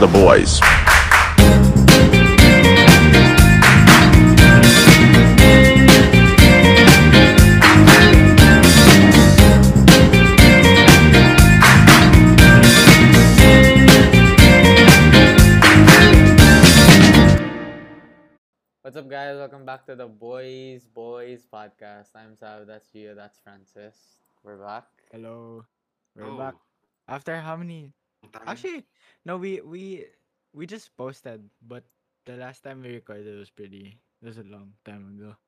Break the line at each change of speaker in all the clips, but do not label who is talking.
the boys.
What's up, guys? Welcome back to the Boys Boys podcast. I'm Sav. That's Gio. That's Francis. We're back.
Hello. We're
Oh,
back. After how many?
ang tagal.
Actually, no, we we we just posted, but the last time we recorded was pretty it was a long time ago.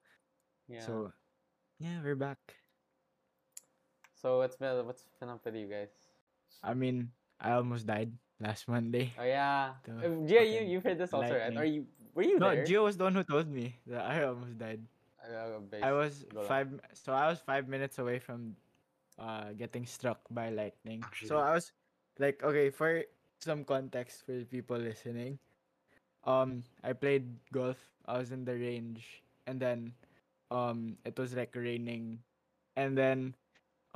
Yeah. So,
So yeah, we're back.
so what's been what's been up with you guys?
I mean, I almost died last Monday.
Oh yeah.
The
Uh, Gio, you
fucking
you've heard this also, right?
lightning.
Are you were you
No,
there?
Gio was the one who told me that I almost died.
Uh, base-
I was
go lang.
five mi- so I was five minutes away from uh getting struck by lightning. So
Actually.
I was like okay, for some context for the people listening. Um I played golf. I was in the range and then um it was like raining and then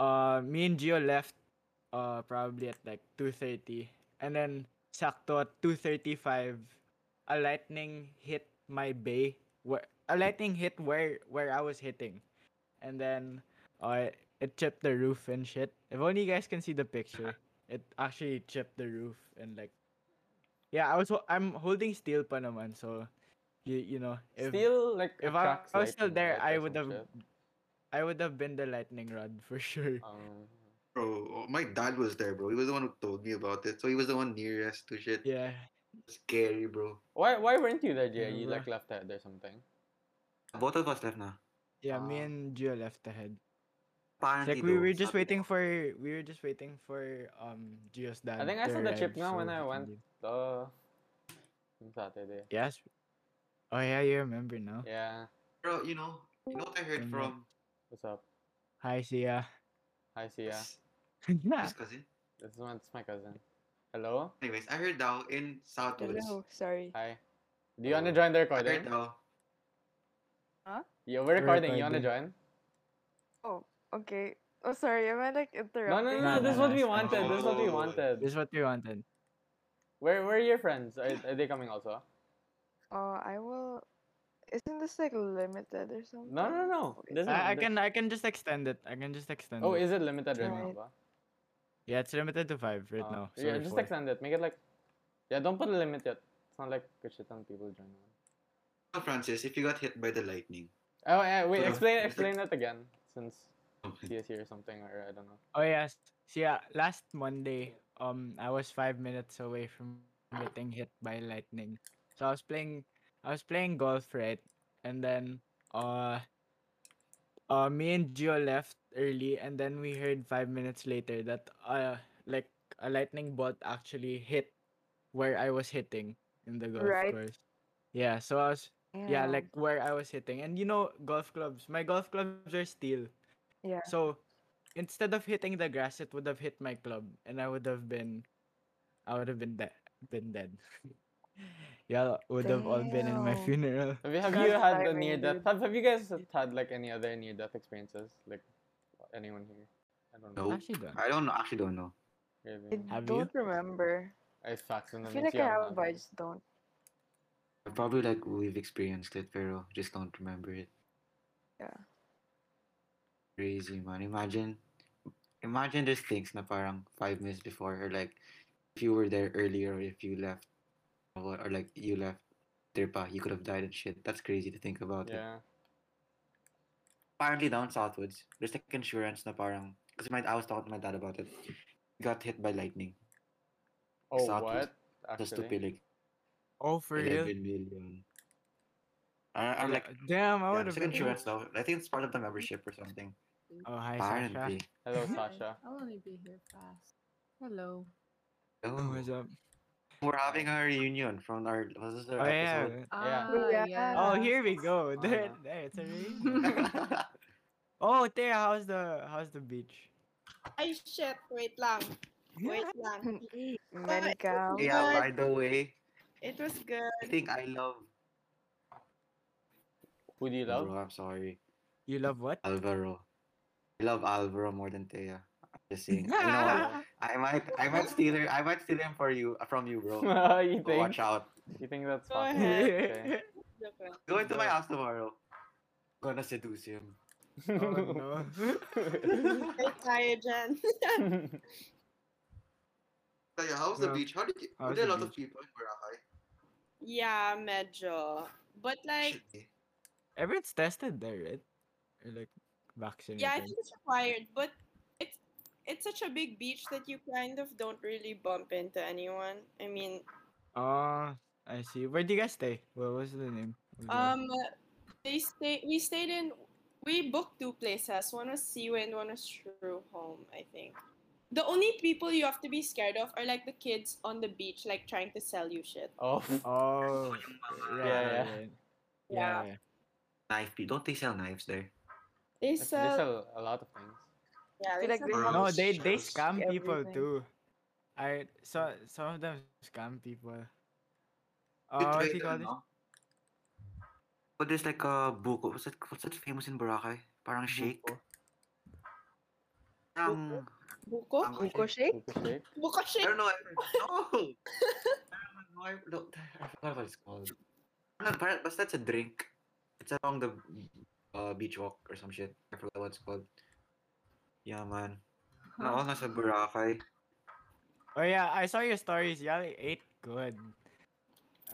uh me and Gio left uh probably at like 2:30 and then sakto at 2:35 a lightning hit my bay where a lightning hit where where I was hitting and then uh it chipped the roof and shit if only you guys can see the picture it actually chipped the roof and like yeah I was ho- I'm holding steel pa naman so you you know if
still like
if I,
attracts
I was still
lightning,
there,
right,
I
or
would have,
some shit.
I would have been the lightning rod for sure.
Um,
bro, oh, my dad was there, bro. He was the one who told me about it. So he was the one nearest to shit.
Yeah,
Scary, bro.
why why weren't you there, Gio?
Yeah,
You
bro.
like left out or something?
Both of us left now.
yeah. me
Ah.
and Gio left ahead. It's
Apparently,
like we
though,
were just
sabi
waiting
ko,
for, we were just waiting for um Gio's dad.
think I
to
saw the chip nga
arrive
when I
so we can
went.
leave.
Uh, on Saturday.
Yes. Oh yeah, you remember now.
Yeah.
Bro, you know, you know what I heard
Then what?
from
What's up?
Hi, Sia.
Hi, Sia.
his-
yeah.
his cousin?
This is my, this is my cousin. Hello.
Anyways, I heard now in Southwoods.
Hello, sorry.
Hi. Do you want to
Oh,
join the
I
recording?
heard now.
Yeah, we're recording. You want to
recording.
join?
Okay. Oh, sorry. Am I like
No, no,
interrupting?
no, no.
Nah,
This is
nah,
what we
nah,
it's fine.
wanted. This is what we
Oh.
wanted.
This is what we wanted.
Where, where are your friends? Are, are they coming also?
Oh, I will. Isn't this like limited or something?
No, no, no.
Okay.
This is
I, I
the-
can, I can just extend it. I can just extend.
Oh,
it.
is it limited right now?
Right.
ba?
yeah, it's limited to five right
Oh.
now. So
yeah,
we're
just
four.
extend it. Make it like. Yeah, don't put a limit yet. It's not like good shit on people joining.
Oh, Francis, if you got hit by the lightning.
Oh, yeah. Wait.
Yeah.
Explain, explain that again. Since
Okay.
he is here or something, or I don't know.
Oh yes. So yeah, last Monday, um, I was five minutes away from getting hit by lightning. So I was playing, I was playing golf, right? And then, uh, uh, me and Gio left early, and then we heard five minutes later that uh, like a lightning bolt actually hit where I was hitting in the golf
Right.
course. Yeah. So I was yeah,
Damn.
like where I was hitting. And you know, golf clubs. My golf clubs are steel.
Yeah.
So instead of hitting the grass, it would have hit my club, and I would have been, I would have been dead. Been dead. Y'all would have all been in my
Damn.
funeral.
Have you, have
That's
you had a
diving,
near death?
dude.
Have, have you guys had like any other near death experiences? Like anyone here? I don't know.
Nope.
Actually, don't.
I don't know. Actually, don't know.
I
Really?
Have
don't remember.
I facts in
I
the
feel
mix,
like
you
I have,
had
but I
one.
just don't.
Probably like we've experienced it, pero just don't remember it.
Yeah.
Crazy man. Imagine imagine there's things na parang five minutes before or like if you were there earlier or if you left or, or like you left there pa, you could have died and shit. That's crazy to think about. Like,
Yeah.
apparently down Southwoods, there's like insurance na parang because my I was talking to my dad about it. Got hit by lightning.
Oh,
South was
what?
Just to pay
Actually?
like
Oh, for real?
eleven million. I, I'm
Yeah,
like,
Damn, I
yeah,
would have
it's like
been.
insurance though. I think it's part of the membership or something.
Oh, hi, Sasha.
Apparently.
Hello,
Hi,
Sasha.
I want to be here fast. Hello.
Oh,
Oh.
what's up?
We're having our reunion from our was this our
Oh yeah.
episode?
Yeah.
Ah,
Yeah.
Oh,
Uh,
here we go.
Oh,
There,
no.
there, it's a reunion. Oh, there. How's the how's the beach?
Ay, shit. Wait lang. Wait lang.
Many
it's
cows.
yeah,
What?
by the way,
It was
I
good.
think I love
Who do you love?
Bro, I'm sorry.
You love what?
Alvaro. I love Alvaro more than Thea. Just saying. You know what? I might, I might steal her. I might steal him for you from you, bro.
you
But
think?
watch out.
You think that's
Go
possible?
ahead.
Joke lang.
Go into my house tomorrow. gonna seduce him.
Oh,
Okay.
Wait tayo dyan.
Taya, how's
Yeah.
the beach? How did you, were
How's
there a
the
lot of
beach?
people in Boracay?
yeah, medyo. But like,
eh.
Shit.
Everyone's tested there, right? Or like vaccinated.
yeah, I think it's required. But it's it's such a big beach that you kind of don't really bump into anyone. I mean,
Ah, I see. Where do you guys stay? What was the name? of the-
um, they stay. We stayed in. We booked two places. One was Seaway and one was True Home. I think. The only people you have to be scared of are like the kids on the beach, like trying to sell you shit.
oh,
Oh,
Yeah,
right, right,
yeah.
right.
Yeah.
yeah.
Knife. pe- Don't they sell knives there?
They
there's there's
sell.
a, a lot of things.
Yeah, they
Like
sell
they
all
have-
No,
this
they they
Shows
scam people
everything.
too. I saw some of them scam people.
You
Uh, what
trade
do you
them,
call this?
no?
But there's like a buko. What's that? What's that famous in Boracay? Parang shake.
Buko.
Parang,
Buko?
parang
Buko shake?
Okay.
Buko
I
shake.
don't know. I don't know. I don't know. I forgot what it's called. No, but but that's a drink. It's along the uh, beach walk or some shit. I forgot what it's called. Yeah, man. No, nasa Boracay.
Oh yeah, I saw your stories. Y'all ate good.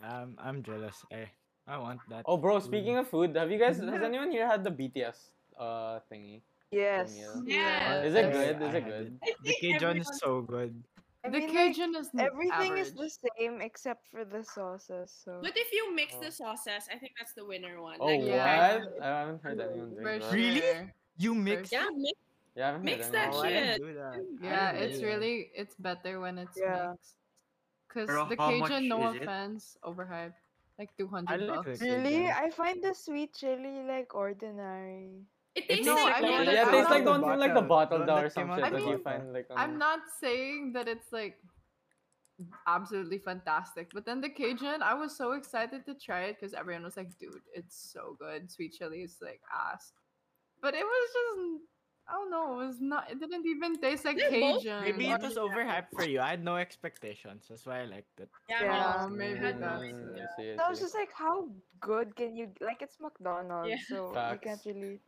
Um, I'm jealous. I I want that.
Oh, bro. Speaking of food, have you guys? Has anyone here had the BTS uh thingy?
Yes.
Yeah.
Is it
Yes,
good?
I
Is it
had
good?
I
The
think
Cajun
everyone-
is so good.
I
the
mean, like,
Cajun is n-
everything is the
average.
same except for the sauces. So
But if you mix
Oh.
the sauces, I think that's the winner one.
Oh,
like,
what?
you
yeah.
I haven't heard anyone
For
doing that.
Really?
sure.
You mix
Yeah, mix
Yeah, I haven't
Mix
heard
that
anyone.
Oh, I
doing
shit.
didn't do that. I
Yeah,
didn't do
it's
that.
really it's better when it's
Yeah.
mixed. Cause
Pero
the
how much
Cajun, no
is it?
offense, overhyped, like two
I
hundred
like
bucks.
the
really,
Cajun.
I find the sweet chili like ordinary.
It
It's
tastes
not- I
like
mean,
that.
Yeah,
Yeah, it
that's
tastes
out
like the
of the
one from like the
bottle.
bottle
The one
or
that
some
came out
shit
of
that
the
you
bottle.
find like. On...
I'm not saying that it's like absolutely fantastic, but then the Cajun, I was so excited to try it because everyone was like, "Dude, it's so good! Sweet chili is like ass," but it was just I don't know. It was not. It didn't even taste like
They're both
Cajun.
Maybe
or-
it was overhyped for you. I had no expectations. That's why I liked it.
Yeah.
Oh, maybe
Mm,
that's.
I see, I
So I was
see.
just like, how good can you like? It's McDonald's, so you can't
Facts.
really.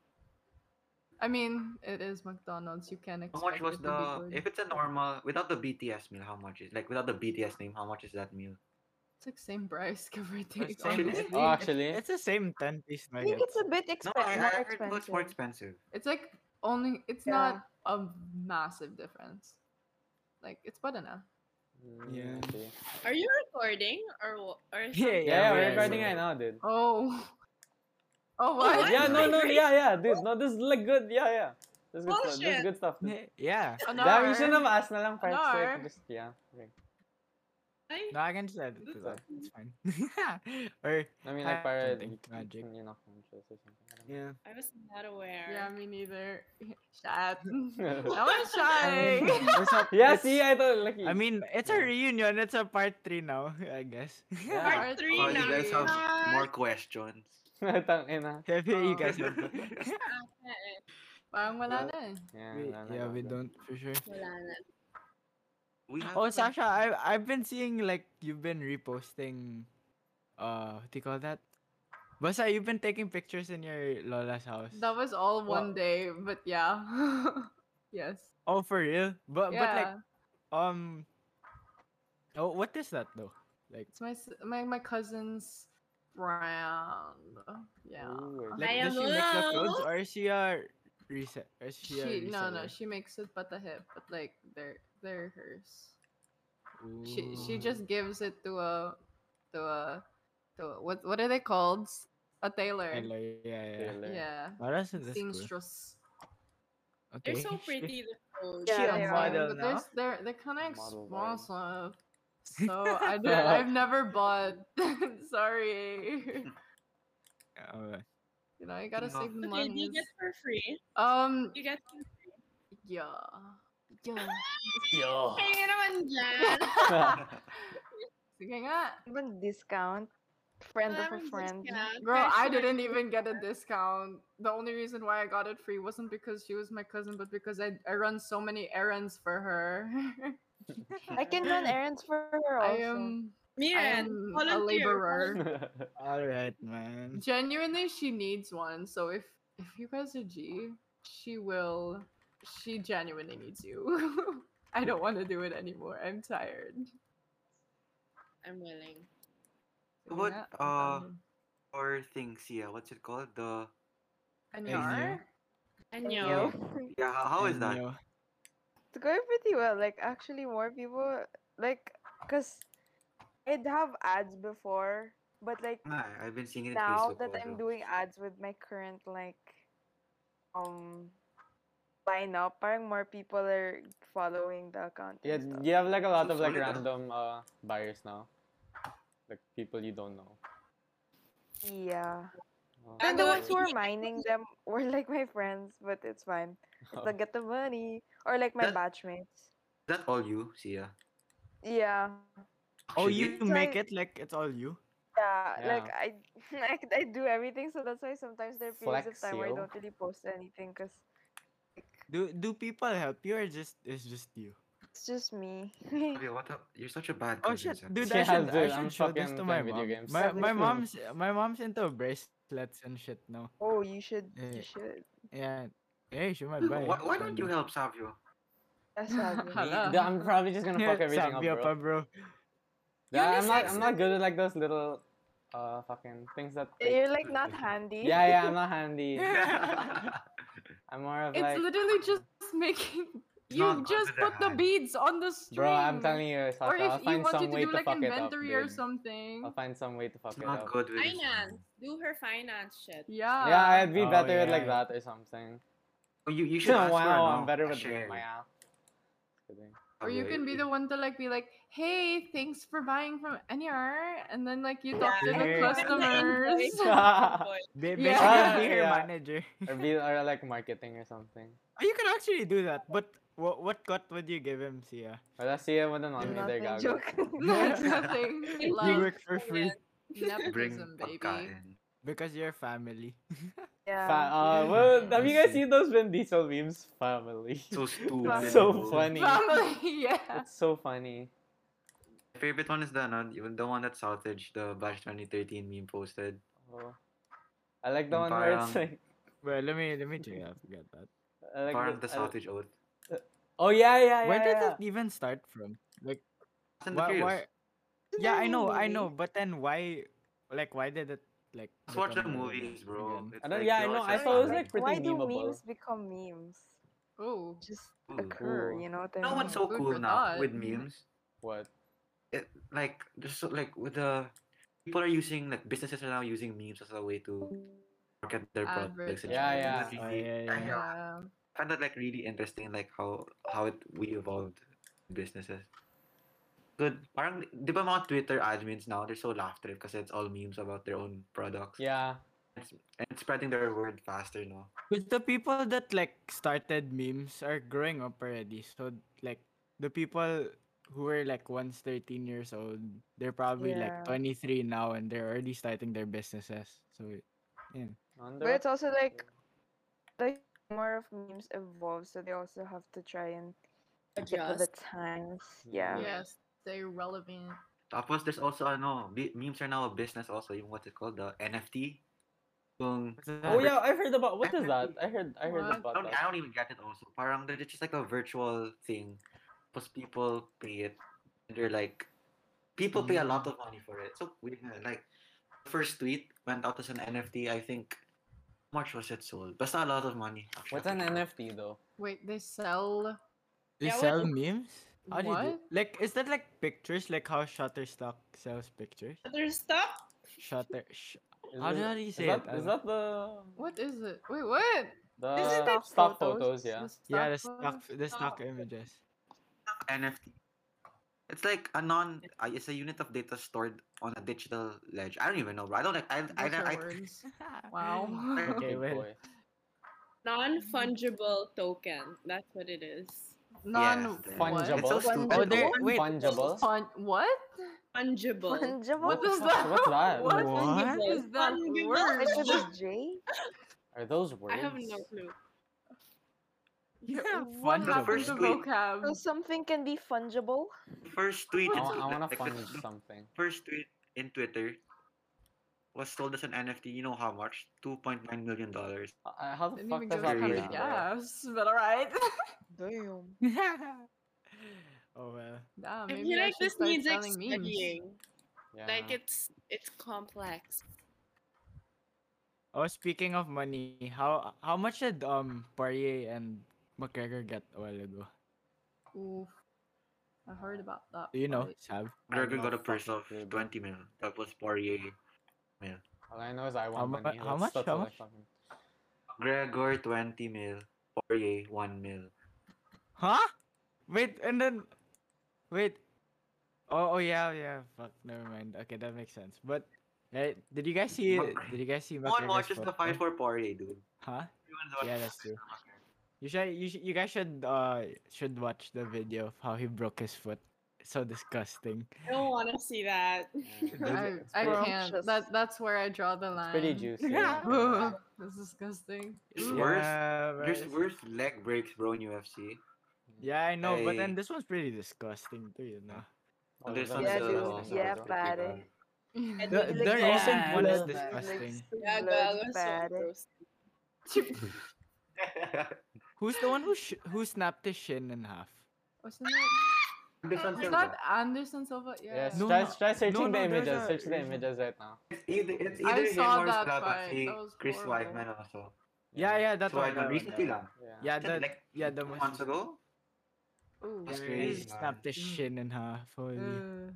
I mean, it is McDonald's. You can
How
expect.
much was
it to be
the?
good.
If it's a normal without the BTS meal, how much is like without the BTS name? How much is that meal?
It's like same price, give or take.
same
honestly.
price.
Oh, actually,
It's the same ten piece
I
nuggets.
think it's a bit
No,
exp-
I, I heard
more
it was
expensive.
more expensive.
It's like only. It's
Yeah.
not a massive difference. Like it's but enough.
Mm,
Yeah.
I see.
Are you recording or wha- or
Yeah,
something?
Yeah, yeah,
we
we're
are,
recording
we are.
right now, dude.
Oh. Oh what?
what?
Yeah, no, no,
Really?
yeah, yeah, dude. No, this is like good. Yeah, yeah. This is good stuff. This is
Bullshit.
good stuff. Dude.
Yeah.
An
Damn, you
hour.
shouldn't have asked na lang parts.
Anar.
Like, just, yeah. Okay.
Ay,
No, I can just edit it out. It's fine. or
I mean,
I
like, para
don't
you,
think magic.
you're not conscious or something. I don't know.
yeah.
I was not aware.
Yeah, me neither. Shut.
Yeah.
I was
I mean,
shy.
it's a- it's-
see, I thought, like,
um, I mean, it's a
yeah.
reunion. It's a part three now, I guess.
Yeah.
Part three
Oh,
now.
you guys have
Ah,
more questions.
Tangina.
Have you, you
Oh.
guys?
yeah,
have-
eh, eh.
Parang
Yeah.
wala na eh.
Yeah,
we,
wala na,
yeah,
wala
we
na.
don't for sure.
Wala na.
we have
Oh,
like-
Sasha, I I've been seeing like you've been reposting, uh, what do you call that? Basa, you've been taking pictures in your lola's house.
That was all one day, but yeah. yes.
oh, for real? But
yeah.
but like um, oh, what is that though? Like
it's my s- my my cousin's brand. Yeah.
Ooh, I
like
I
does she make the
am
clothes or is she a reset? Or is she, a
She no no
reseller?
she makes it but the hip but like they're they're hers. She
Ooh.
she just gives it to a to a to a, what what are they called? S- A tailor.
Hello, yeah, yeah.
Taylor.
Yeah.
Oh, that's, that's cool.
Seamstress.
Okay.
They're so
shit.
pretty. The clothes.
Yeah,
She's
they
a
are.
model,
Model
but they're
now?
s- they're they're kind of
Model vibe.
expensive. So I don't, I've never bought. Sorry.
Alright.
You know, I gotta
Enough.
save
Okay,
money.
do you get for free?
Um,
You get for free.
yeah. Yeah.
Yo.
Kaya naman dyan.
Sige nga.
Even discount. friend of
Parang
a
just
friend.
ka.
Girl, I
Pressure.
didn't even get a discount. The only reason why I got it free wasn't because she was my cousin, but because I, I run so many errands for her.
I can run errands for her also.
I um, am, I
Miran,
am a
volunteer.
laborer.
All right, man.
Genuinely, she needs one. So if if you guys are G, she will. She genuinely needs you. I don't want to do it anymore. I'm tired.
I'm willing.
What,
Yeah, I
uh,
found
or things, yeah, what's it called? The
Hey,
him.
Neo.
Anyar?
And
Thank
yo,
you.
yeah, how, how is
And,
that?
yo,
it's going pretty well. Like actually, more people like, cause I'd have ads before, but like
Nah, Ah, I've been seeing it in
now
Facebook
that I'm
also.
doing ads with my current like um lineup, parang more people are following the account.
Yeah,
and
uh,
stuff.
you have like a lot of like
Solid, ah.
random uh, buyers now, like people you don't know.
yeah.
Oh,
I
And the
know
ones who are
he-
mining them were like my friends, but it's fine.
oh.
They'll get the money or like my
That-
batchmates.
Is that all you, Sia?
Yeah,
Oh,
Actually?
you
So
make
I-
it like it's all you.
yeah. Like
Yeah.
I, I, I do everything, so that's why sometimes there are periods of time where I
Flexio.
don't really post anything because
Do do people help you or just it's just you?
it's just me.
Okay, what the- You're such a bad
Oh
cousin,
shit,
Sia.
dude!
Yeah,
I should, I
dude,
should
I'm
show this
fucking
to my
playing video
mom.
games.
My my
Everything.
mom's my mom's into bracelets and shit now.
oh, you should,
Eh.
you should.
Yeah, yeah, she might buy.
Why, why don't you help Savio?
That's what
Hala.
Dude, I'm probably just gonna fuck everything up,
Sabia
bro.
pa, bro.
Yeah, I'm not.
Unisex
I'm not good at like those little, uh, fucking things that. like-
You're like not handy.
yeah, yeah, I'm not handy. I'm
Not
more of
It's
like,
literally just making. You
under
just
the
put the
hand.
beads on the string.
bro. I'm telling you, Sasha,
Or if
I'll
you
find
want
some
you to
way
do
to
like
fuck it up,
inventory or
dude.
something.
I'll find some way to fuck it
It's not
up.
good with his
finance.
hand.
Do her finance shit.
Yeah.
Yeah, I'd be
Oh,
better at like
yeah.
that or something.
Oh, you, you should ask her
wow, I'm
now,
better
a
with doing
share.
my app. Kidding.
Or you
Savio,
can be
you-
the one to like be like, "Hey, thanks for buying from NER," and then like you talk to the
Yeah.
customers.
Ba-
Yeah.
Basically, be her
Yeah.
manager.
or be or like marketing or something.
Oh, you can actually do that, but what what cut would you give him, Sia?
Or let's see what an on
I'm not
there
a
gago.
joke.
no, it's nothing.
You
You
Love,
work for free
Bring
nepotism, baby.
pagkain.
because you're family.
yeah.
Fa- uh, well, have you
I
guys
see.
seen those Vin Diesel memes? Family.
So stupid.
It's so
bro.
funny.
Family, yeah.
It's so funny.
My favorite one is the, ano, even the one that Southage, the Batch 2013 meme posted.
Oh. I like the one where it's
Parang-
like.
Well, let me let me check. I forgot that.
I like
Part of the
I like-
Southage oath.
Oh yeah, yeah, yeah.
Where did
yeah.
that even start from? Like,
Fast and the
why,
Furious.
why?
Isn't
Yeah,
there
I
any
know, I
movie?
know, but then why? Like, why did it like?
Let's watch the
become relevant
movies, bro.
again?
It's
I don't-
like,
yeah,
you
I know, I
it's
saw it was,
fun.
like, pretty
Why do
memeable.
memes become memes?
Oh,
Just
Ooh.
occur,
Ooh.
you know? what I
No
mean?
one's so
Food
cool
for
now
thought.
with memes.
What?
It, like, just so, like with the people are using like businesses are now using memes as a way to market their products. And
Advertising.
Yeah,
shit.
yeah.
That's
Oh,
really-
yeah,
I
yeah.
know.
yeah.
I find that like really interesting, like how how it we evolved businesses. Good. Parang, di ba mga Twitter admins now, they're so laughter because it's all memes about their own products.
Yeah.
And it's spreading their word faster now.
Cause the people that like started memes are growing up already. So like the people who were like once 13 years old, they're probably
Yeah.
like 23 now and they're already starting their businesses. So yeah.
Wonder
But
what-
it's also like the more of memes evolve, so they also have to try and get with the times. Yeah.
Yeah.
Yes, stay relevant.
Tapos there's also ano, bi- memes are now a business also, yung what's it called, the NFT. Yung,
Oh yeah, I heard about what is that? I heard I heard
I
What?
about
don't, I
that.
don't even get it also. Parang they're just like a virtual thing. Plus people pay it. And they're like, people pay a lot of money for it. So weird. nga. Like, the first tweet went out as an NFT, I think. How much was it sold? Basta a lot of money. Actually,
What's
I
an
forgot.
NFT though?
Wait, they sell.
They
Yeah, what
sell memes? How do you do?
What?
Like is that like pictures? Like how Shutterstock sells pictures?
Other stuff?
Shutter sh-
Is
How
it-
did I
is
say
that,
it? I
Is that
don't-
the
What is it? Wait, what?
the
Isn't that
Uh, stock photos?
photos?
Yeah.
The
yeah, the
stock
stock
photos?
the stock
Oh.
images.
NFT. It's like a non. uh, It's a unit of data stored on a digital ledger. I don't even know, bro. I don't like. I I,
Those are
I, I
words. Wow.
Okay,
Big
well.
boy.
Non fungible token. That's what it is.
non
Yes.
what?
Fungible.
It's so
Oh,
stupid.
they're
Oh,
wait, fungible.
Fun- what?
Fungible.
Fungible?
What is
fuck-
that?
what's that?
What,
What?
is that
Fungible.
word?
Is it a J?
Are those words?
I have no clue.
Yeah,
What
fungible.
happened to
First tweet.
So
vocab?
something can be fungible?
First tweet.
I,
in
wa- I
Twitter-
want to
like,
funge
that's the
something.
First tweet in Twitter was sold as an NFT. You know how much? Two point nine million dollars.
Uh, how the
Didn't
fuck
even
does
give
that
a
come
come
to
yeah.
out?
Yes, but alright.
Damn.
oh well.
Nah,
I
maybe
feel
I
like
should
this
start
needs like
selling memes.
studying.
Yeah.
Like it's it's complex.
Oh, speaking of money, how how much did um Poirier and McGregor get a while ago?
Oof. I heard about that.
Do you
Oh,
know,
fight.
Sav?
I have
Dragon
no
got a purse
fucking
of
clue, bro.
twenty million. That was Poirier.
All I know is I want
mu-
money.
how
That's-
much-
that's
how
all I
much?
fucking-
Gregor twenty mil. Poirier one mil.
Huh? Wait, and then wait. Oh, oh yeah, yeah. Fuck, never mind. Okay, that makes sense. But right, did you guys see?
Mac-
Did you guys see?
No one
McGregor's
watches the
photo?
fight for Poirier, dude.
Huh?
Everyone's watching
Yeah,
the
that's
fight
true.
for Poirier.
You should, you should, you guys should, uh, should watch the video of how he broke his foot. So disgusting.
I don't want to see that.
Yeah.
I,
It's
I
pretty-
can't.
Scrumptious.
That that's where I draw the line.
It's pretty juicy.
Ugh,
yeah.
that's disgusting.
It's
Ooh.
worse.
Yeah, bro,
There's
it's-
worse leg breaks, bro, in UFC.
Yeah, I know, but then
I-
this one's pretty disgusting too, you know.
Oh,
There's
those are
some
Yeah,
the-
still
dude,
also
yeah,
worse.
bad.
And
The,
Like,
the
yeah,
recent one is
blood, like,
disgusting.
Yeah,
blood
girl, that's so
bad.
gross.
Who's the one who sh- who snapped his shin in half?
Wasn't it?
This one's
Is
still
that
bad.
Anderson Silva? Yeah.
Yes,
No,
try,
no.
try searching
no,
the
there's
images.
a-
Search the
there's a-
images right now.
It's either, it's
I
either him
saw
or
that
Zlatan.
fight.
See,
That was
Chris
horrible.
Weidman also.
Yeah, yeah, that
So
one.
I
that one,
recently
that one.
lang.
Yeah.
Yeah, that
like
yeah, the
two
most-
months ago.
Ooh.
That's
yeah,
crazy,
He
man.
snapped his
Mm.
shin in half. Holy.
Ugh.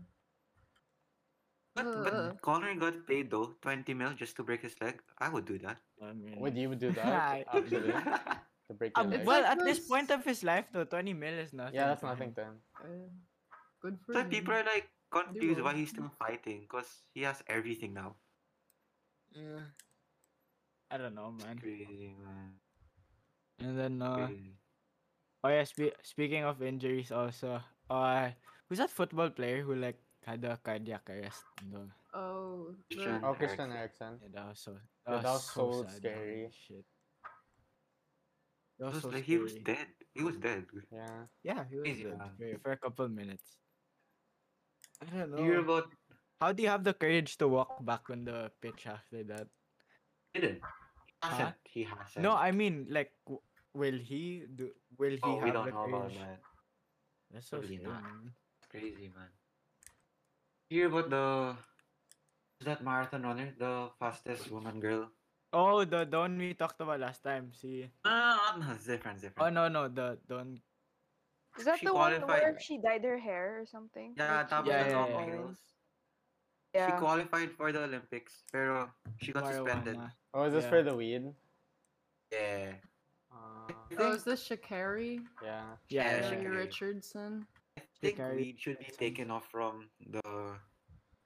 But,
Ugh.
but Conor got paid though, 20 mil just to break his leg. I would do that.
I mean-
Would you do that?
Hi.
Actually, to break your
Um,
leg.
It's
well,
like
at this
those-
point of his life, though, 20 mil is nothing.
Yeah, that's
to him.
nothing then.
Uh, Good for
but
him.
people are like confused
will.
why he's still fighting because he has everything now.
I don't know, man.
Crazy, man.
And then, uh,
Crazy.
oh yeah, spe- speaking of injuries, also, uh, who's that football player who like had a cardiac arrest? And, all?
Oh.
Christian.
the-
Oh, Christian Eriksen.
yeah, that was so.
Yeah, that was so
sad,
scary.
holy Shit. That
It
was
was
so
like, he was
scary.
dead. He was dead.
Yeah.
Yeah, he was
Crazy,
dead
man.
for, for a couple minutes. I don't
You hear
know.
about
How do you have the courage to walk back on the pitch after that?
didn't. He
Huh?
hasn't. He hasn't.
No, I mean, like, w- will he do? Will he
oh, we
have
don't
the
know about
courage?
that.
That's so
Probably
scary.
not.
man.
Crazy man. You hear about the who's that marathon runner, the fastest woman girl?
Oh, the the one we talked about last time. See.
No, no, no, no, Ah, it's different, different.
Oh no no the don't.
Is that
She
the one
qualified.
where she dyed her hair or something?
Yeah,
Like, she
tapos
Yeah,
dyed
yeah,
the
it
long
yeah.
orange.
heels. She
Yeah.
qualified for the Olympics, pero she got suspended.
marijuana.
Oh, is this
Yeah.
for the weed?
Yeah.
Uh,
Oh, is this Shakari?
yeah.
Yeah,
Yeah,
yeah,
she
Shakari
can-
Richardson?
I think
carried
weed should be
license.
taken off from the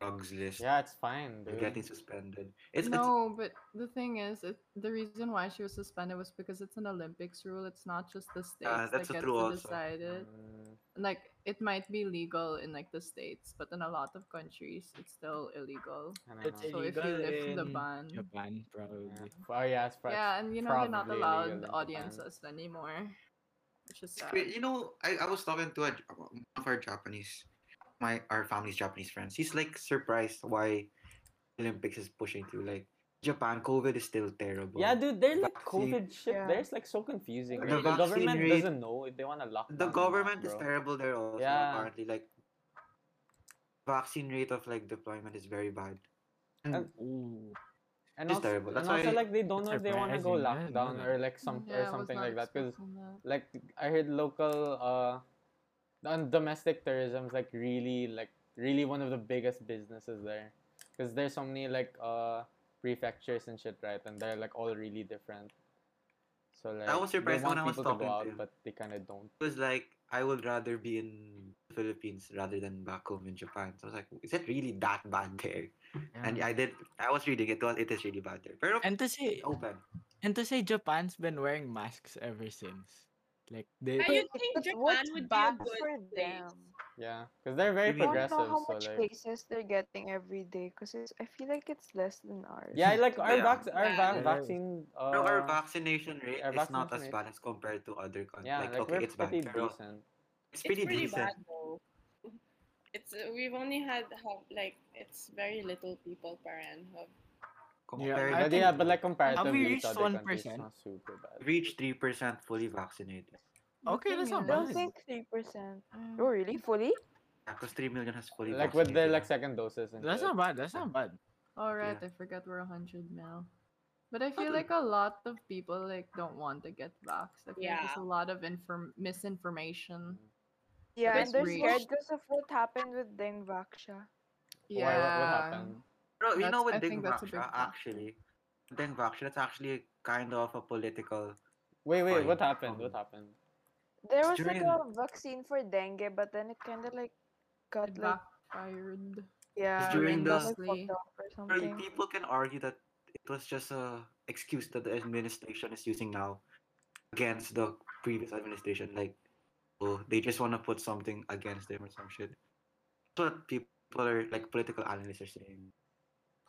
drugs list.
Yeah, it's fine,
They're
dude.
getting suspended. It's, it's
no, but the thing is, it, the reason why she was suspended was because it's an Olympics rule. It's not just the states
Ah, that's
that
a
gets
true
to
also.
decide it.
Mm,
Like, it might be legal in like the states, but in a lot of countries, it's still illegal.
I don't
It's
know.
So if you
illegal
lift the
in
ban,
Japan probably.
Yeah. Oh yeah, it's pro-
yeah, and you know they're not
probably illegal
allowed
in Japan.
audiences anymore, which is
it's
sad.
cra- you know, I, I was talking to a, J- one of our Japanese, my our family's Japanese friends. He's like surprised why Olympics is pushing through. Like Japan, COVID is still terrible.
Yeah, dude, they're like
Vaccine-
COVID shit.
Yeah.
There's like so confusing. right? The,
The vaccine
government
rate-
doesn't know if they want to lock. down or
The
not,
government is
bro.
terrible there also.
Yeah.
Apparently, like vaccine rate of like deployment is very bad. And
And-
Ooh.
And
It's
also,
terrible.
and
That's
also
why-
like they don't know if they want to go
surprising. I didn't know
lockdown
that.
or like some
Yeah, I
or
was
something
not
like that. Because
expecting that.
like I heard local uh, on domestic tourism is like really like really one of the biggest businesses there, because there's so many like uh prefectures and shit right, and they're like all really different. So like
was surprised
they want
when I was
people to
talking
go
to
out,
him.
but they kind of don't.
it was like I would rather be in the Philippines rather than back home in Japan. So I was like, is it really that bad there? And I did. I was reading it. was- It is really bad there. Pero
And to say
open.
and to say Japan's been wearing masks ever since. Like they
I
But-
you'd think
but
Japan
what's
would be a
bad
good
for
place.
them?
Yeah, because they're very
I don't know
I don't
progressive.
know how
so
much
like,
cases they're getting every day because I feel like it's less than ours.
yeah, like our
Yeah.
vac- our
Yeah.
va- vaccine. Uh,
No, our vaccination rate
our
is not as
vaccination
bad as compared to other countries.
yeah,
like,
like,
okay,
we're
it's bad.
pretty
pero
decent.
It's pretty
it's pretty
decent.
bad though. It's uh, we've only had have, like it's very little people per and hub.
Compared
I
But
to
yeah, but like comparatively
reached
to other countries, it's
1%?
not super bad.
reach three percent fully vaccinated.
Okay, that's not
I
bad.
don't think three percent.
Mm.
Oh really? Fully?
Because three million has fully
Like with
vaccinated.
the
na.
like second doses and
that's
shit.
not bad. That's not bad.
All right,
Yeah.
I forgot we're 100 now. But I feel
Hmm.
Okay.
like a lot of people like don't want to get vaxxed. I feel like there's a
Yeah.
lot of inform- misinformation.
Yeah, and
that's
they're
rich.
scared because of what happened with Dengvaksha.
Yeah.
Why, what, what happened?
Bro, you know
That's-
with
I think
dengue
that's a big
vaccine,
factor.
actually, dengue vaccine, that's actually kind of a political.
Wait, wait,
Fine.
what happened? What
Um,
happened?
There was
During-
like a vaccine for dengue, but then it kind of like got
It
like
backfired.
yeah,
during
like, got, like, fucked
the-
up or
Bro,
something.
people can argue that it was just a excuse that the administration is using now against the previous administration. Like, oh, they just want to put something against them or some shit. That's what people are like political analysts are saying.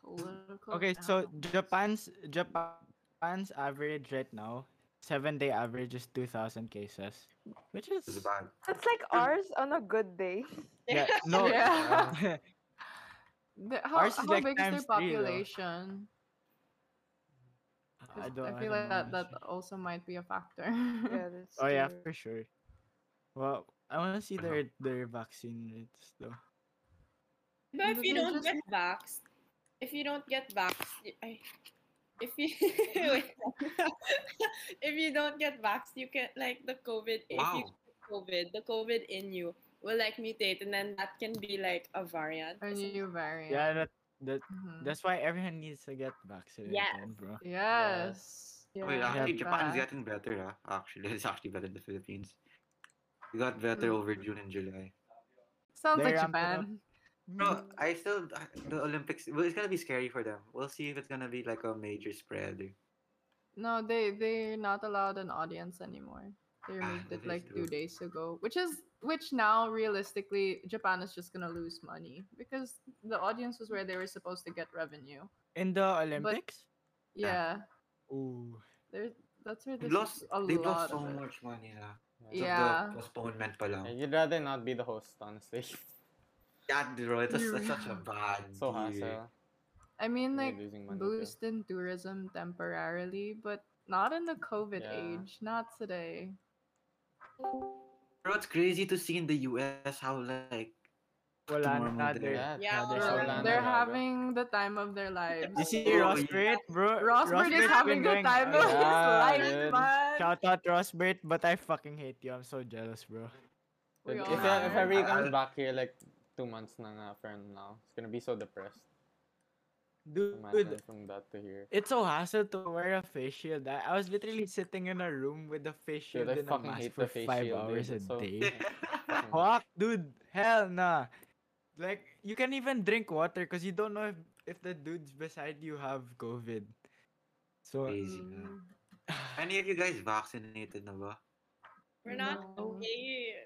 Political
Okay, so
animals.
Japan's Japan's average right now, seven day average is two thousand cases, which is
It's bad.
That's like ours on a good day.
yeah, no.
Yeah.
yeah.
The- how,
Ours is,
how
like,
big is their
times three, though.
population? 'Cause
I don't.
feel
don't
like that,
know,
that
actually.
also might be a factor.
Yeah, that's
Oh yeah,
true.
for sure. Well, I want to see
For now.
their their vaccine rates though.
But if
But
you
they
don't
just-
get vaxxed, if you don't get vaxxed, y- I, if you wait, if you don't get vaxxed, you can like the COVID. If
Wow.
you get COVID, the COVID in you will like mutate, and then that can be like a variant.
A new variant.
Yeah, that, that
Mhm.
that's why everyone needs to get vaccinated, bro.
Yes.
Wait,
Yeah.
actually, Japan is
Yeah.
getting better. Huh? Actually, it's actually better than the Philippines. We got better
Mm.
over June and July.
Sounds
They
like
ramped it up.
Japan.
No, I still the Olympics. Well, it's gonna be scary for them. We'll see if it's gonna be like a major spread. or-
No, they they're not allowed an audience anymore. They
Ah,
removed
that is
it like two
true.
days ago, which is which now realistically Japan is just gonna lose money because the audience was where they were supposed to get revenue.
Ah.
In the Olympics?
Yeah,
Ooh.
there's that's where
They
this
lost.
a
They
lot
lost so
of it.
much money na.
Yeah.
The postponement pa lang.
Yeah, You'd rather not be the host, honestly.
That bro, it was
You-
that's such a bad.
so
deal.
hassle.
I mean,
They're
like
losing money too.
boost in tourism temporarily, but not in the COVID
Yeah.
age. Not today.
Bro, it's crazy to see in the U.S. how like
Wala
Tomorrow
na
there.
there.
Yeah,
Yeah,
yeah,
Bro,
there's
so
They're,
Solana,
they're
yeah, bro.
having the time of their lives.
You see
Oh,
Ross
yeah.
Burt, bro?
Ross Burt is
Burt's
having
been going-
the time of his
Yeah,
life,
dude. uh,
man.
Shout out Ross Burt, but I fucking hate you. I'm so jealous, bro.
We
If,
all
if, I- if
are.
Harry
I-
comes
I-
back here like two months na nga from now, it's gonna be so depressed. Imagine
Dude,
from that to here.
it's so hassle to wear a face shield. I, I was literally sitting in a room with a face shield
Dude, I
and a
fucking
mask
hate
for
the face
five
shield, dude.
hours a
It's so-
day.
Fucking-
Fuck, dude. Hell nah. Like, you can even drink water because you don't know if, if the dudes beside you have COVID. So,
crazy. man.
Mm,
Any of you guys vaccinated na ba?
We're not
no.
here.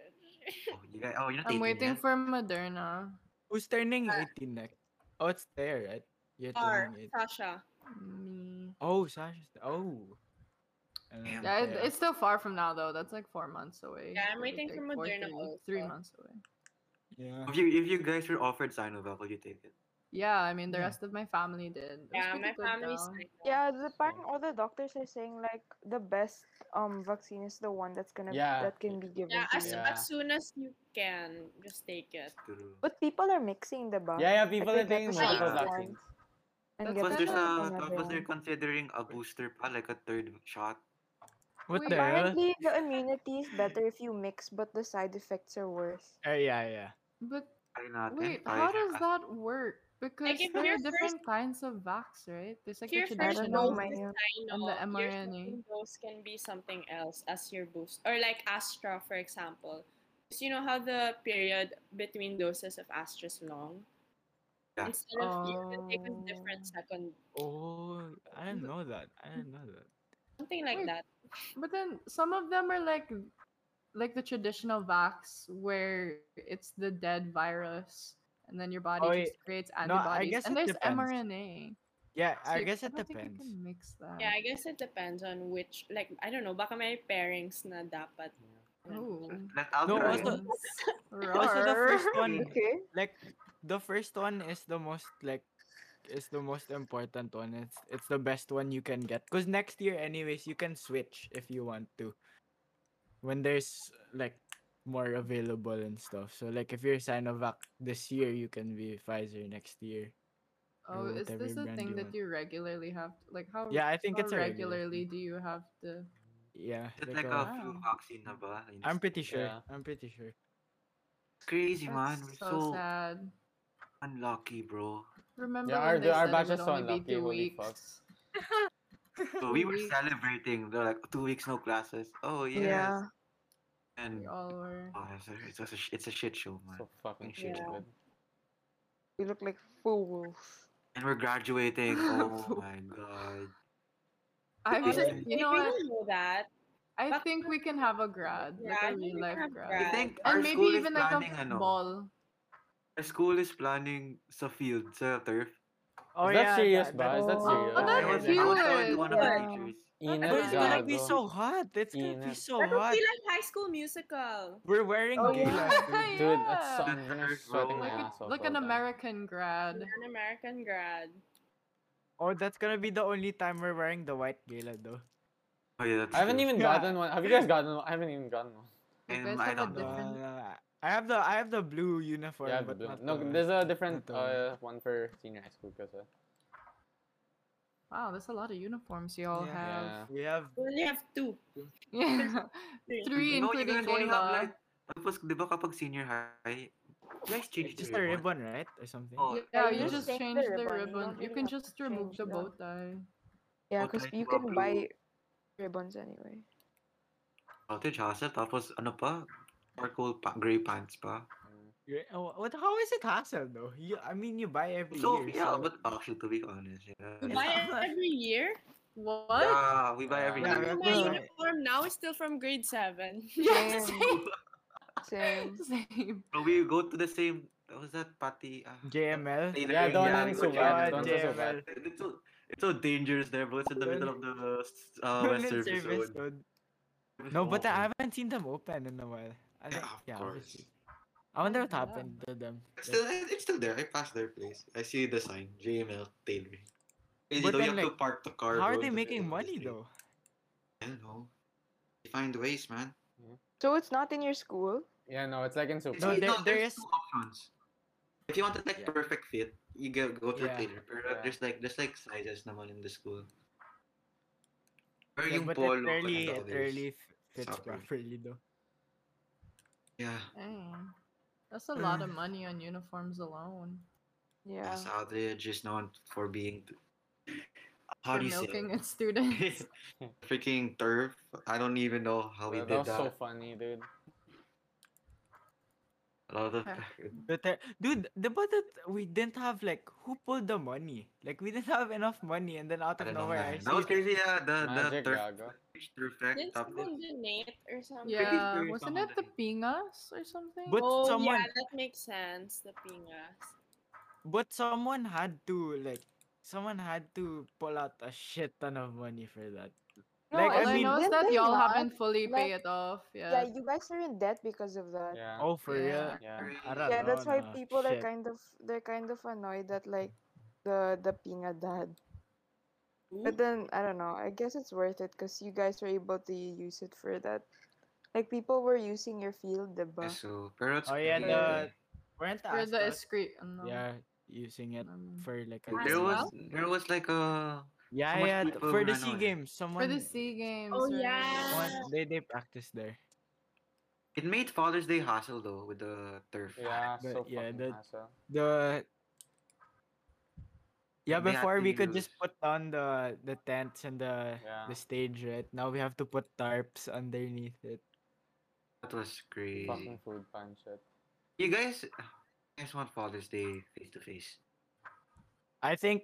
Oh, you guys. Oh, you're not
I'm
18
waiting
yet?
for Moderna.
who's turning
Uh,
18 next? Oh, it's there, right? You're
Are
turning 18.
Sasha.
Me.
Oh, Sasha's. Oh. I don't
Damn.
know.
Yeah, it, it's still far from now though. That's like four months away.
Yeah,
Give
I'm
or
waiting for
take, four,
Moderna
three, three
also.
months away.
yeah.
If you if you guys were offered Sinovac, would you take it?
Yeah, I mean the
Yeah.
rest of my family did. It was
Yeah,
pretty
my
good
family's
though.
Yeah, the parang all the doctors are saying like the best um vaccine is the one that's gonna
Yeah.
that can be given.
Yeah,
to
as,
you.
Yeah.
as soon as you can, just take it.
True.
But people are mixing the
Yeah, yeah, people are taking
think that's
multiple
why.
vaccines.
And
That's
But
get
what
the
there's a
that
but uh,
vaccine
was they're
everyone.
considering a booster pa, like a third shot.
What
Wait,
the hell?
Apparently, the immunity is better if you mix, but the side effects are worse.
Oh, yeah, yeah.
But
Why not?
wait,
And
how
Pfizer,
does
Astra-
that work? Because
if
there are
your first-
different kinds of vax, right? There's like
If your
the
first
don't know,
traditional.
dose
man.
is
And
Sino,
the
your
mRNA.
second dose can be something else as your boost, or like Astra, for example. 'Cause you know how the period between doses of Astra is long.
Yeah.
Instead of you can take a different
Oh.
second.
Oh, I didn't know that. I didn't know that.
Something like
Wait.
that.
But then some of them are like like the traditional vax where it's the dead virus and then your body
Oh,
just creates
No, I
antibodies.
guess
and
it
there's
depends.
mRNA.
Yeah,
So
I
you-
guess it
don't think
depends.
you can mix that.
Yeah, I guess it depends on which like I don't know, baka may pairings na dapat.
Oh.
Let out
No,
Ryan.
also- Also, the
Roar.
first one,
Okay.
like the first one is the most like is the most important one. It's it's the best one you can get. Cause next year, anyways, you can switch if you want to. When there's like more available and stuff. So like if you're Sinovac this year, you can be Pfizer next year.
Oh,
or
is this
whatever
a
brand
thing
you
that
want.
you regularly have to, like how
Yeah, I think
how
it's a regular
regularly do you have to
Yeah,
Is it
like
like
a-
a flu
Wow.
vaccine na ba? Ayun,
I'm
it's-
pretty sure.
Yeah.
I'm pretty sure.
It's crazy, man. We're
That's so,
so,
sad.
unlucky, bro.
Remember
Yeah,
when
our-
they
our
said
batch
it would
is so
only be
unlucky,
two
holy fuck.
weeks?
So we were
Two weeks.
celebrating. They're like two weeks no classes. Oh yes.
Yeah.
And
We all were.
oh, it's, a, it's, a, sh- it's a shit show, man.
So fucking
Yeah.
stupid.
Oh,
We look like fools.
And we're graduating. Oh my god.
I
Honestly,
think you know what?
we know that.
I
But-
think we can have a grad, like
Yeah,
a
I think we
real
can
life
have
grad.
I
grad.
think our
And maybe
school
even
is
like
planning
a
ano.
ball.
Our school is planning sa field, sa turf.
Oh
is that serious,
that-
ba? Is that
Oh,
serious?
Oh,
I
that's
was, I
cute.
was talking to one of the
Yeah.
teachers.
Init,
Bro, it's gonna be
gago.
so hot. It's gonna be
Init.
so
That would
hot.
be like High School Musical.
We're wearing
Oh,
galas,
yeah.
dude.
Dude, that's so,
Yeah.
I'm gonna be sweating my
Like,
Yeah.
ass
a,
off all
like an
the time.
American grad.
An American grad.
Oh, that's gonna be the only time we're wearing the white gala, though.
Oh yeah, that's
I haven't
true.
even
Yeah.
gotten one. Have you guys gotten one? I haven't even gotten one.
You
Um,
guys
I
have a
don't know.
No,
different.
no, I- Uh, I have the I have the blue uniform,
Yeah, I have the
but
blue.
not
No,
the-
there's a different
the white.
uh, one for senior high school because
Wow, that's a lot of uniforms you all
Yeah.
yeah.
we have
We only have two.
have. Yeah.
Three.
Three,
No, you
including
guys only have
Gala.
like. Tapos, di ba kapag senior high, you guys change
it's
the
just a
ribbon?
ribbon, right, or something?
Oh,
Yeah,
Yeah,
you
you
just
just change
change
the ribbon. You
the ribbon.
don't
You
really
can
have to
just remove
change
the
the-
bow tie.
Yeah,
Okay,
because you
well,
can
blue.
buy ribbons anyway.
cottage hassle. Tapos, ano pa? Charcoal pa, gray pants pa.
You're- oh, What? How is it hassle though? You, I mean, you buy every
So,
year.
yeah,
so-
but actually, to be honest, yeah.
We
it's-
buy it every year.
What?
Yeah, we buy every
Yeah,
year.
My
Yeah.
uniform now is still from grade seven.
Yeah,
Same.
same.
Same.
Same.
So we go to the same. What was that party? ah,
JML.
Taylor,
Yeah, don't
yeah,
and
we go
Suvan.
JML.
Don't and Suvan.
It's so, it's so dangerous there, bro. It's in the middle of the uh,
Don't
West
let
Service,
service
Zone.
zone. No, but
Oh,
I haven't seen them open in a while. I
Yeah,
don't-
of
yeah,
course.
obviously. I wonder what
Yeah.
happened to them. Like,
It's still, it's still there. I passed their place. I see the sign. JML Taylor. Crazy
But
though, you
then,
have to
like,
park the car.
how are
bro, in
they
the
making
middle of the
money
street.
though?
I don't know. They find ways, man.
So it's not in your school?
Yeah, no, it's like in super.
No,
See,
there- there
there's
is-
two options. If you want to like
Yeah.
perfect fit, you go go to
Yeah.
Taylor. Pero
Yeah.
there's like there's like sizes naman in the school. Pero
Yeah,
yung
but
polo
it
and
really,
the
it
others.
really f- fits
Soccer.
properly though.
Yeah.
Dang. That's a lot of money on uniforms alone.
Yeah.
yeah. Sa other just known for being how
For
do you say
milking
it?
its students.
freaking turf. I don't even know how we
that
did
was
that.
so funny, dude.
A lot of
The ter- dude, the but that we didn't have like who pulled the money? Like we didn't have enough money, and then out
I
of
don't know.
nowhere, I
man.
see
That was crazy. Yeah, the the
Magic,
turf,
gago.
turf fact.
Didn't
Tapos,
someone donate or something?
yeah,
sure
wasn't it
someone
the
did.
pingas or something?
But
oh
someone-
yeah, that makes sense. The pingas.
but someone had to like someone had to pull out a shit ton of money for that. Like, I
all I,
mean-
know is
didn't
that
they
y'all
not?
haven't fully
Like-
paid it off.
Yeah,
Yeah.
you guys are in debt because of that.
Yeah.
Oh, for real?
Yeah.
Yeah.
Crazy.
I don't
Yeah, that's
know,
why
nah.
people are
Shit.
kind of they're kind of annoyed that like the the pinga dad. But then I don't know. I guess it's worth it because you guys were able to use it for that. Like people were using your field, diba?
So, pero it's
Oh yeah,
crazy.
the weren't
For the
Astros-
discreet. No.
yeah using it
Mm.
Um,
for like a
As
There
game.
was
well?
there was like a
yeah
much
yeah th-
people
for the
ran
sea
on it.
games
For
someone
the sea games.
Oh,
right?
yeah.
someone- they they practiced there.
it made Father's Day hassle though with the turf.
Yeah,
But
so
yeah,
fucking
that-
hassle.
the yeah
They had
before we
to
could just
use-
put down the the tents and the
Yeah.
the stage right now we have to put tarps underneath it
That was crazy.
Fucking food punch shit.
You guys, you guys want Father's Day face to face?
i think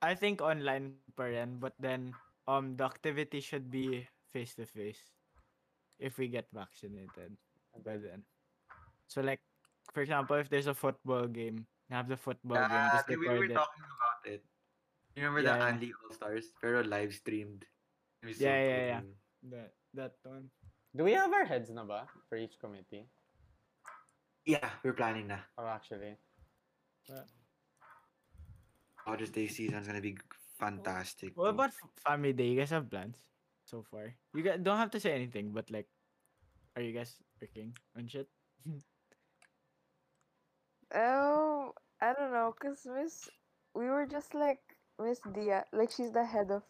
i think online pa rin, but then um the activity should be face to face if we get vaccinated by then. So like for example, if there's a football game, have the football game
Yeah,
just
we were
record it.
talking about it. You remember
Yeah,
the
yeah.
Andy All Stars? Pero live streamed. It was so
Yeah, yeah, yeah.
cool.
That that one.
Do we have our heads na ba for each committee?
Yeah, we're planning na.
Oh, actually.
Father's Day season's gonna be fantastic.
What
bro.
about f- family day? You guys have plans so far? You guys don't have to say anything, but like, are you guys working on shit?
Oh, I don't know, cause Miss, we were just like Miss Dia, like she's the head of,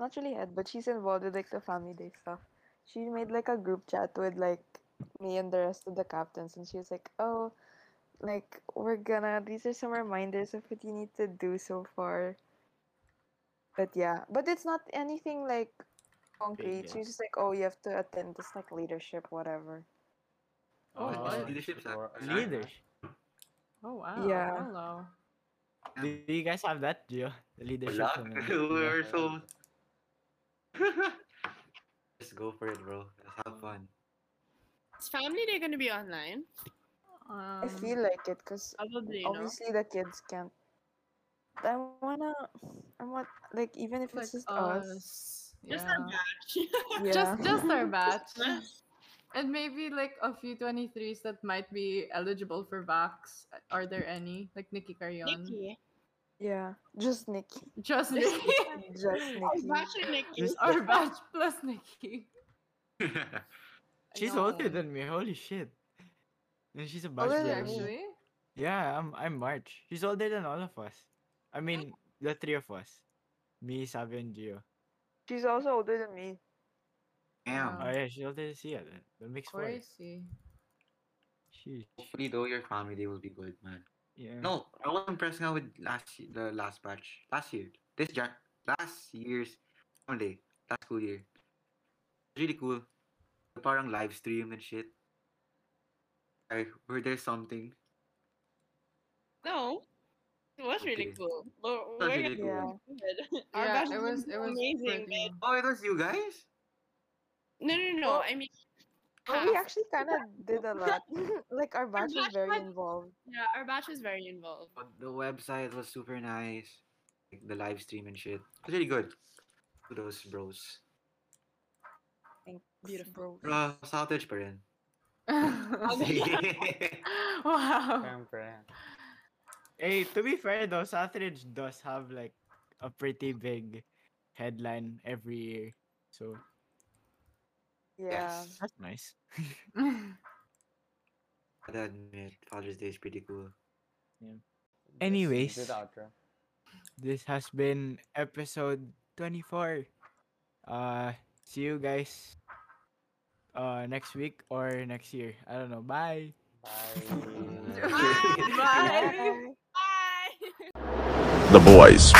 not really head, but she's involved with like the family day stuff. She made like a group chat with like me and the rest of the captains, and she was like, oh, like we're gonna. These are some reminders of what you need to do so far. But yeah, but it's not anything like concrete.
yeah.
She's just like, oh, you have to attend this like leadership, whatever.
Oh,
it's
what?
leadership, sir.
or-
Sorry.
Leaders.
Oh wow.
Yeah.
Hello.
Um,
Do you guys have that, Gio? The leadership.
Wala.
seminar?
we're so. Just go for it, bro. Let's have fun.
Is Family Day gonna be online?
Um,
I feel like it, cause
Probably, no?
obviously the kids can't i wanna i want like even if
like
it's just us,
us.
Just
Yeah.
a batch.
yeah
Just just our batch.
Huh?
And maybe like a few 23s that might be eligible for Vax. Are there any? Like Nikki Carion.
Nikki.
yeah just nikki
Just Nikki.
just nikki
Batch or Oh, Nikki?
Just-
our batch plus Nikki.
She's
No.
older than me. Holy shit. And she's a
Older
bachelor.
Oh,
Is
than
she
than me.
you.
actually?
Yeah, I'm I'm March. She's older than all of us. I mean, the three of us. Me, Sabi, and Gio.
she's also older than me
Damn.
Oh yeah, she's older than Sia. Then that makes four.
Crazy.
Sheesh.
Hopefully, though, your family day will be good, man.
Yeah.
No, I wasn't pressing out with last y- the last batch. Last year. This jack last year's Monday. Last school year. It's really cool. Parang live stream and shit. Like, were there something?
No. It was really
Okay.
cool. But
was
we're
really
gonna
cool.
do good. Our
yeah,
batch
it
is
was
gonna
it
do
was
amazing.
pretty.
but-
Oh, it was you guys?
No, no, no.
Well,
I mean,
but we
half.
actually kind of did a lot like our batch was
batch
very
was-
involved
yeah, our batch was very involved.
But the website was super nice. Like, the live stream and shit. It was really good. Kudos, bros.
Thanks,
Beautiful.
bro.
Uh, salvage pa rin.
wow.
Siyempre.
Hey, to be fair though, Southridge does have like a pretty big headline every year. So
yeah
Yes.
that's nice.
Gotta admit, Father's Day is pretty cool.
Anyways.
Just do the outro.
This has been episode 24. Uh see you guys uh next week or next year. I don't know. Bye.
Bye.
Bye.
Bye.
Bye.
Bye.
The boys.